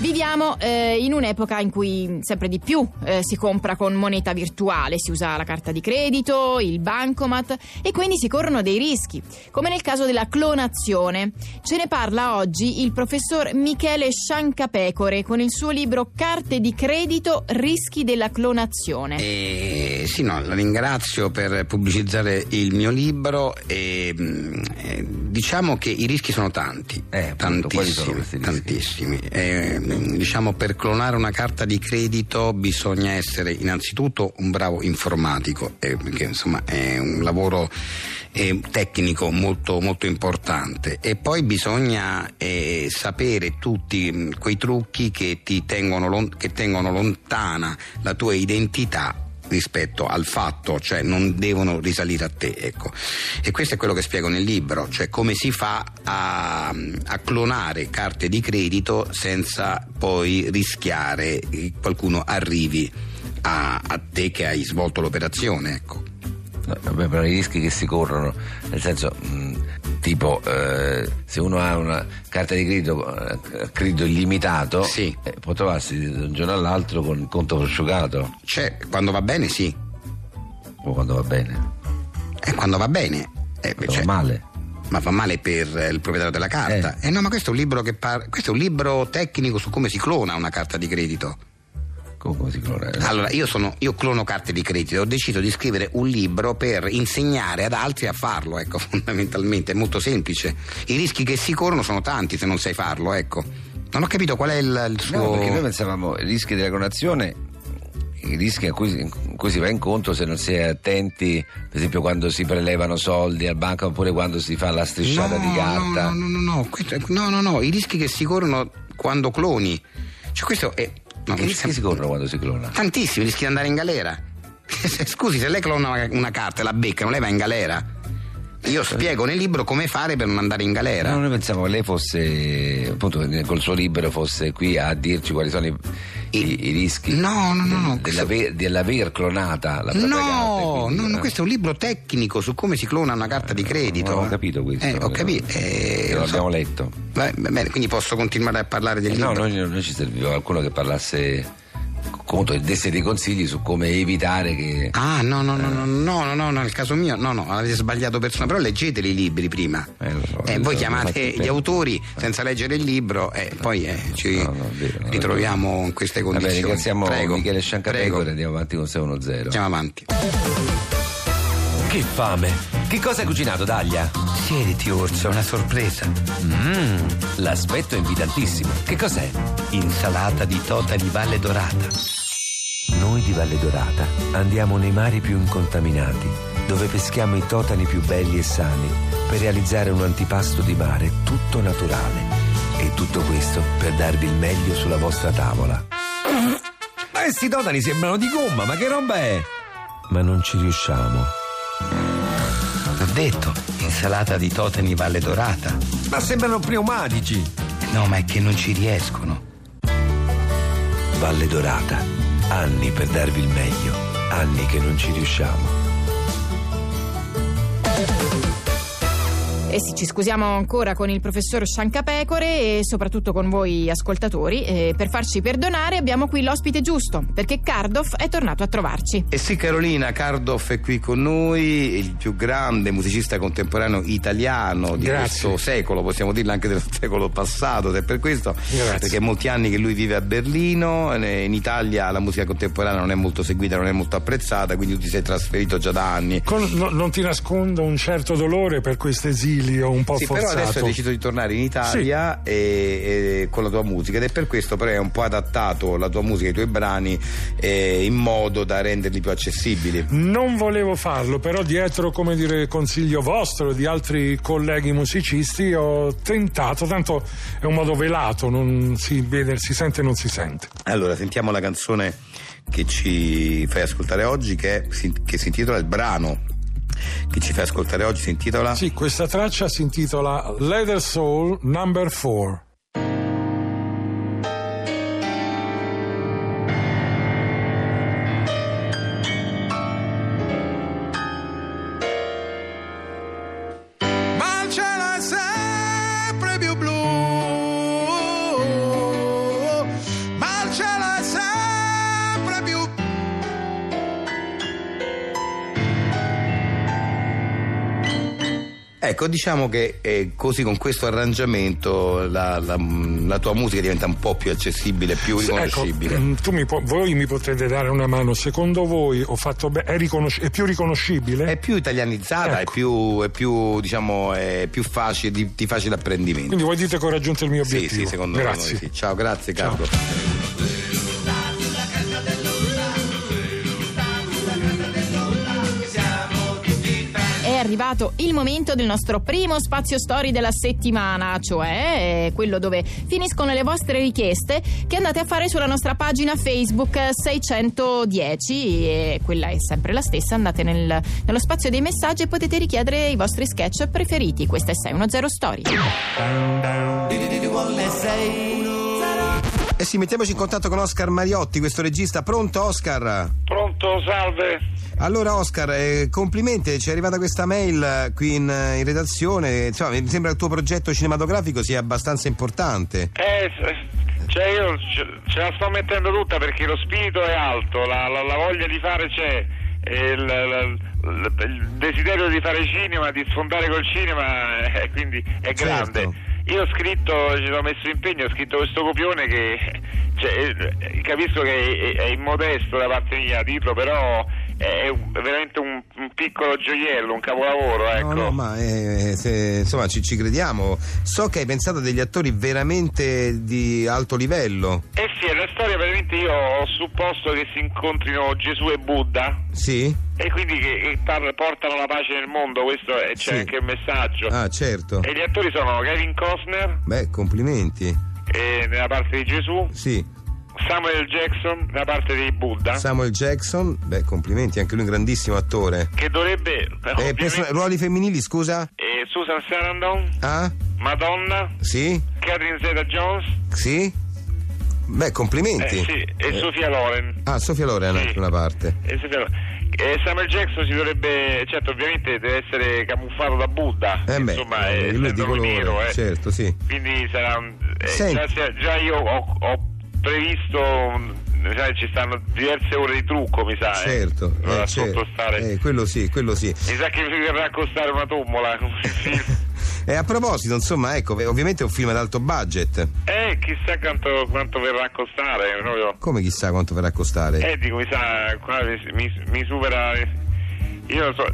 Viviamo eh, in un'epoca in cui sempre di più eh, si compra con moneta virtuale, si usa la carta di credito, il bancomat e quindi si corrono dei rischi, come nel caso della clonazione. Ce ne parla oggi il professor Michele Sciancapecore con il suo libro Carte di credito, rischi della clonazione. Eh, sì, no, la ringrazio per pubblicizzare il mio libro. e, mh, eh, diciamo che i rischi sono tanti, Eh, appunto, quali tantissimi, sono questi tantissimi. rischi? Eh, mh, diciamo per clonare una carta di credito bisogna essere innanzitutto un bravo informatico, eh, perché insomma è un lavoro eh, tecnico molto, molto importante e poi bisogna eh, sapere tutti mh, quei trucchi che ti tengono, lon- che tengono lontana la tua identità rispetto al fatto, cioè non devono risalire a te, ecco. E questo è quello che spiego nel libro, cioè come si fa a, a clonare carte di credito senza poi rischiare che qualcuno arrivi a, a te che hai svolto l'operazione, ecco. Eh, Vabbè, però i rischi che si corrono, nel senso, mh, tipo, eh, se uno ha una carta di credito, eh, credito illimitato, Sì. eh, può trovarsi da un giorno all'altro con il conto prosciugato, Cioè, quando va bene sì, o quando va bene, e quando va bene. eh, quando cioè, va male. ma fa male per eh, il proprietario della carta. Eh. no, ma questo è un libro che par- questo è un libro tecnico su come si clona una carta di credito. Come, come si clona? Eh, Allora, io, sono, io clono carte di credito, ho deciso di scrivere un libro per insegnare ad altri a farlo, ecco, fondamentalmente, è molto semplice. I rischi che si corrono sono tanti se non sai farlo, ecco. Non ho capito qual è il, il suo... No, perché noi pensavamo ai rischi della clonazione, i rischi a cui, in cui si va incontro se non si è attenti, per esempio quando si prelevano soldi al banco oppure quando si fa la strisciata No, di carta. No, no, no, no, questo è- no, no, no, i rischi che si corrono quando cloni. Cioè questo è... no, Che non rischi si- si corrono quando si clona? Tantissimi, rischi di andare in galera. Se- Scusi, se lei clona una, una carta e la beccano, lei va in galera. Io spiego nel libro come fare per non andare in galera. No, noi pensavamo che lei fosse, appunto, eh, col suo libro fosse qui a dirci quali sono i, i- i rischi. No, no, no, no, del- questo- dell'aver, dell'aver clonata la propria carta. e No, quindi, no, no, eh, questo è un libro tecnico su come si clona una carta di credito. Non ho capito questo. Eh, ho capito. Che eh, lo lo so. abbiamo letto. Va- va bene, quindi posso continuare a parlare del Eh, libro? no, noi, noi ci serviva qualcuno che parlasse conto e desse dei consigli su come evitare che. Ah, no, no, Eh. no, no, no, no, no, nel caso mio, no, no, avete sbagliato persona, però leggete i libri prima. Eh, lo so, Eh, lo voi so, infatti, chiamate gli beh, autori senza leggere il libro e poi eh, ci no, no, è vero, no, ritroviamo in queste Vabbè, condizioni. ringraziamo Prego, Michele Sciancapego e prego, andiamo avanti con 610. Andiamo avanti. Che fame! Che cosa hai cucinato, Daglia? Siediti, Orso, una sorpresa. Mmm, Mm, l'aspetto è invitantissimo. Che cos'è? Insalata di Tota di Valle Dorata. Noi di Valle Dorata andiamo nei mari più incontaminati, dove peschiamo i totani più belli e sani per realizzare un antipasto di mare tutto naturale. E tutto questo per darvi il meglio sulla vostra tavola. Ma questi totani sembrano di gomma, ma che roba è? Ma non ci riusciamo. L'ho detto, insalata di Tota di Valle Dorata. Ma sembrano pneumatici. No, ma è che non ci riescono. Valle Dorata. Anni per darvi il meglio. Anni che non ci riusciamo. E Eh sì, ci scusiamo ancora con il professor Sciancapecore e soprattutto con voi ascoltatori. E per farci perdonare abbiamo qui l'ospite giusto, perché Cardoff è tornato a trovarci. E sì, Carolina Cardoff è qui con noi, il più grande musicista contemporaneo italiano di Grazie. questo secolo, possiamo dirlo anche del secolo passato, ed è per questo, Grazie. perché è molti anni che lui vive a Berlino, eh, in Italia la musica contemporanea non è molto seguita, non è molto apprezzata, quindi tu ti sei trasferito già da anni. Con- no- non ti nascondo un certo dolore per questo esilio un po' Sì, però forzato. adesso hai deciso di tornare in Italia e- e con la tua musica ed è per questo però hai un po' adattato la tua musica, i tuoi brani eh, in modo da renderli più accessibili. Non volevo farlo, però dietro, come dire, consiglio vostro e di altri colleghi musicisti ho tentato, tanto è un modo velato, non si vede, si sente e non si sente. Allora, sentiamo la canzone che ci fai ascoltare oggi, che, è- si, che si intitola il brano che ci fai ascoltare oggi, si intitola... Sì, questa traccia si intitola Leather Soul Number 4. ma il cielo è sempre più blu Ecco, diciamo che eh, così con questo arrangiamento la, la- la tua musica diventa un po' più accessibile, più Sì, ecco, riconoscibile. mm, tu mi po- voi mi potete dare una mano, secondo voi ho fatto be- è, riconosci- è più riconoscibile? È più italianizzata, Ecco. è più, è più, diciamo, è più facile, di, di facile apprendimento. Quindi voi dite che ho raggiunto il mio Sì, obiettivo. sì, secondo Grazie. me. Sì. Ciao, grazie Carlo. È arrivato il momento del nostro primo spazio story della settimana, cioè eh, quello dove finiscono le vostre richieste che andate a fare sulla nostra pagina Facebook eh, 610 e quella è sempre la stessa, andate nel- nello spazio dei messaggi e potete richiedere i vostri sketch preferiti. Questa è 610 Story. Eh sì, mettiamoci in contatto con Oscar Mariotti, questo regista. Pronto, Oscar? Pronto, salve. Allora, Oscar, eh, complimenti, ci è arrivata questa mail eh, qui in, eh, in redazione. Insomma, mi sembra che il tuo progetto cinematografico sia abbastanza importante. Eh, s- cioè io ce- ce la sto mettendo tutta perché lo spirito è alto, la, la- la voglia di fare c'è, e il, la- l- il desiderio di fare cinema, di sfondare col cinema, eh, quindi è Certo. grande. Io ho scritto, ci sono messo impegno, ho scritto questo copione che cioè, eh, capisco che è, è immodesto da parte mia dirlo, però è un- è veramente un, un piccolo gioiello, un capolavoro, ecco. No, no, ma eh, se- insomma ci, ci crediamo. So che hai pensato a degli attori veramente di alto livello. Eh sì, è una storia veramente io ho supposto che si incontrino Gesù e Buddha. Sì? E quindi che, che par- portano la pace nel mondo, questo è, c'è Sì. anche un messaggio. Ah, certo. E gli attori sono Kevin Costner Beh, complimenti. eh, nella parte di Gesù, Sì. Samuel Jackson nella parte di Buddha, Samuel Jackson, beh, complimenti, anche lui è un grandissimo attore. che dovrebbe... Eh, ovviamente- person- ruoli femminili, scusa? eh, Susan Sarandon, Ah? Madonna, Sì? Catherine Zeta-Jones, Sì? Beh, eh, complimenti. sì, e Eh, Sofia Loren. Ah, Sofia Loren Sì. anche una parte. E Sofia Loren. Eh, Samuel Jackson si dovrebbe, certo ovviamente deve essere camuffato da Buddha, Eh beh, insomma, eh, eh, lui è di essendo lui colore, nero, eh. certo, sì. quindi sarà un- eh, Senti. già, se- già io ho, ho previsto un- sai, ci stanno diverse ore di trucco mi sa eh. Certo, eh, Allora, cer- sottostare. eh, quello sì, quello sì. mi sa che mi verrà a costare una tombola come film. E a proposito, insomma, ecco, beh, ovviamente è un film ad alto budget. eh chissà quanto, quanto verrà a costare proprio. Come chissà quanto verrà a costare. eh dico mi sa qua mi, mi supera io non so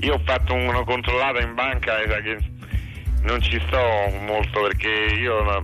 io ho fatto una controllata in banca mi sa che non ci sto molto perché io una,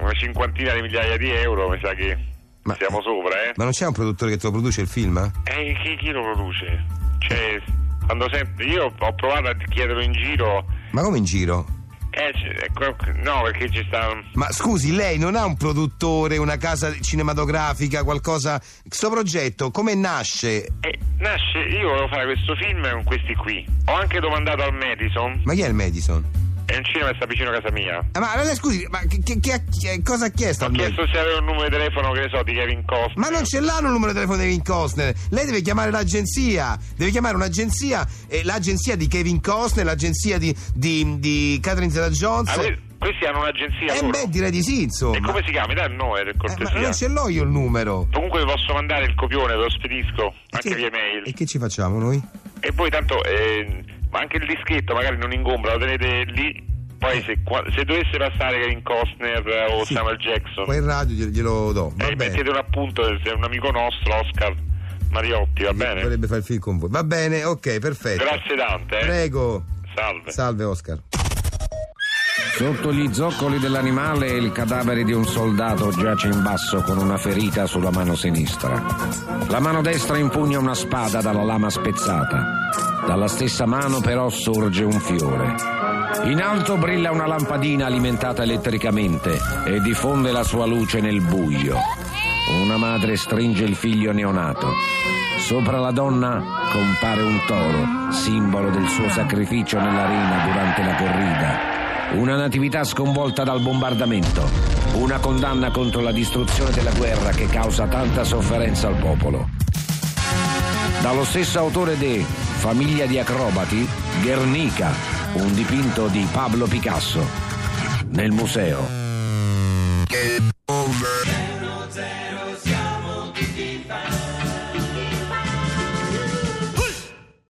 una cinquantina di migliaia di euro mi sa che Ma- siamo sopra eh Ma non c'è un produttore che te lo produce il film? E chi, chi lo produce? Cioè, quando sempre io ho provato a chiederlo in giro, Ma come in giro? eh, c- ecco, no, perché ci sta. Ma scusi, lei non ha un produttore, una casa cinematografica, qualcosa. Questo progetto come nasce? eh, nasce, io volevo fare questo film con questi qui. Ho anche domandato al Madison, Ma chi è il Madison? è un cinema che sta vicino a casa mia. Ah, Ma ma lei scusi, ma che, che- che- che- cosa ha chiesto Ho al Madison? chiesto se aveva un numero di telefono, che ne so, di Kevin Costner. Ma non ce l'hanno il numero di telefono di Kevin Costner. Lei deve chiamare l'agenzia. Deve chiamare un'agenzia. eh, l'agenzia di Kevin Costner, l'agenzia di, di, di Catherine Zeta Jones. Ah, que- questi hanno un'agenzia. eh loro. beh, direi di sì, insomma. e come si chiama? Mi dai il nome per Eh, ma cortesia. non ce l'ho io il numero. Comunque vi posso mandare il copione, ve lo spedisco anche Che- via mail. E che ci facciamo noi? E poi tanto eh, ma anche il dischetto magari non ingombra, lo tenete lì. Poi se, qua- se dovesse passare Kevin Costner eh, o Eh. Sì. Samuel Jackson, Poi in radio glielo, glielo do. Va eh, bene. mettete un appunto, se è un amico nostro, Oscar Mariotti, va bene? Vorrebbe fare il film con voi. Va bene, ok, perfetto. Grazie tante, eh. Prego. Salve. Salve Oscar. Sotto gli zoccoli dell'animale il cadavere di un soldato giace in basso con una ferita sulla mano sinistra. La mano destra impugna una spada dalla lama spezzata. Dalla stessa mano però sorge un fiore. In alto brilla una lampadina alimentata elettricamente e diffonde la sua luce nel buio. Una madre stringe il figlio neonato. Sopra la donna compare un toro, simbolo del suo sacrificio nell'arena durante la corrida. Una natività sconvolta dal bombardamento. Una condanna contro la distruzione della guerra che causa tanta sofferenza al popolo. Dallo stesso autore de Famiglia di acrobati, Guernica, un dipinto di Pablo Picasso. Nel museo. Che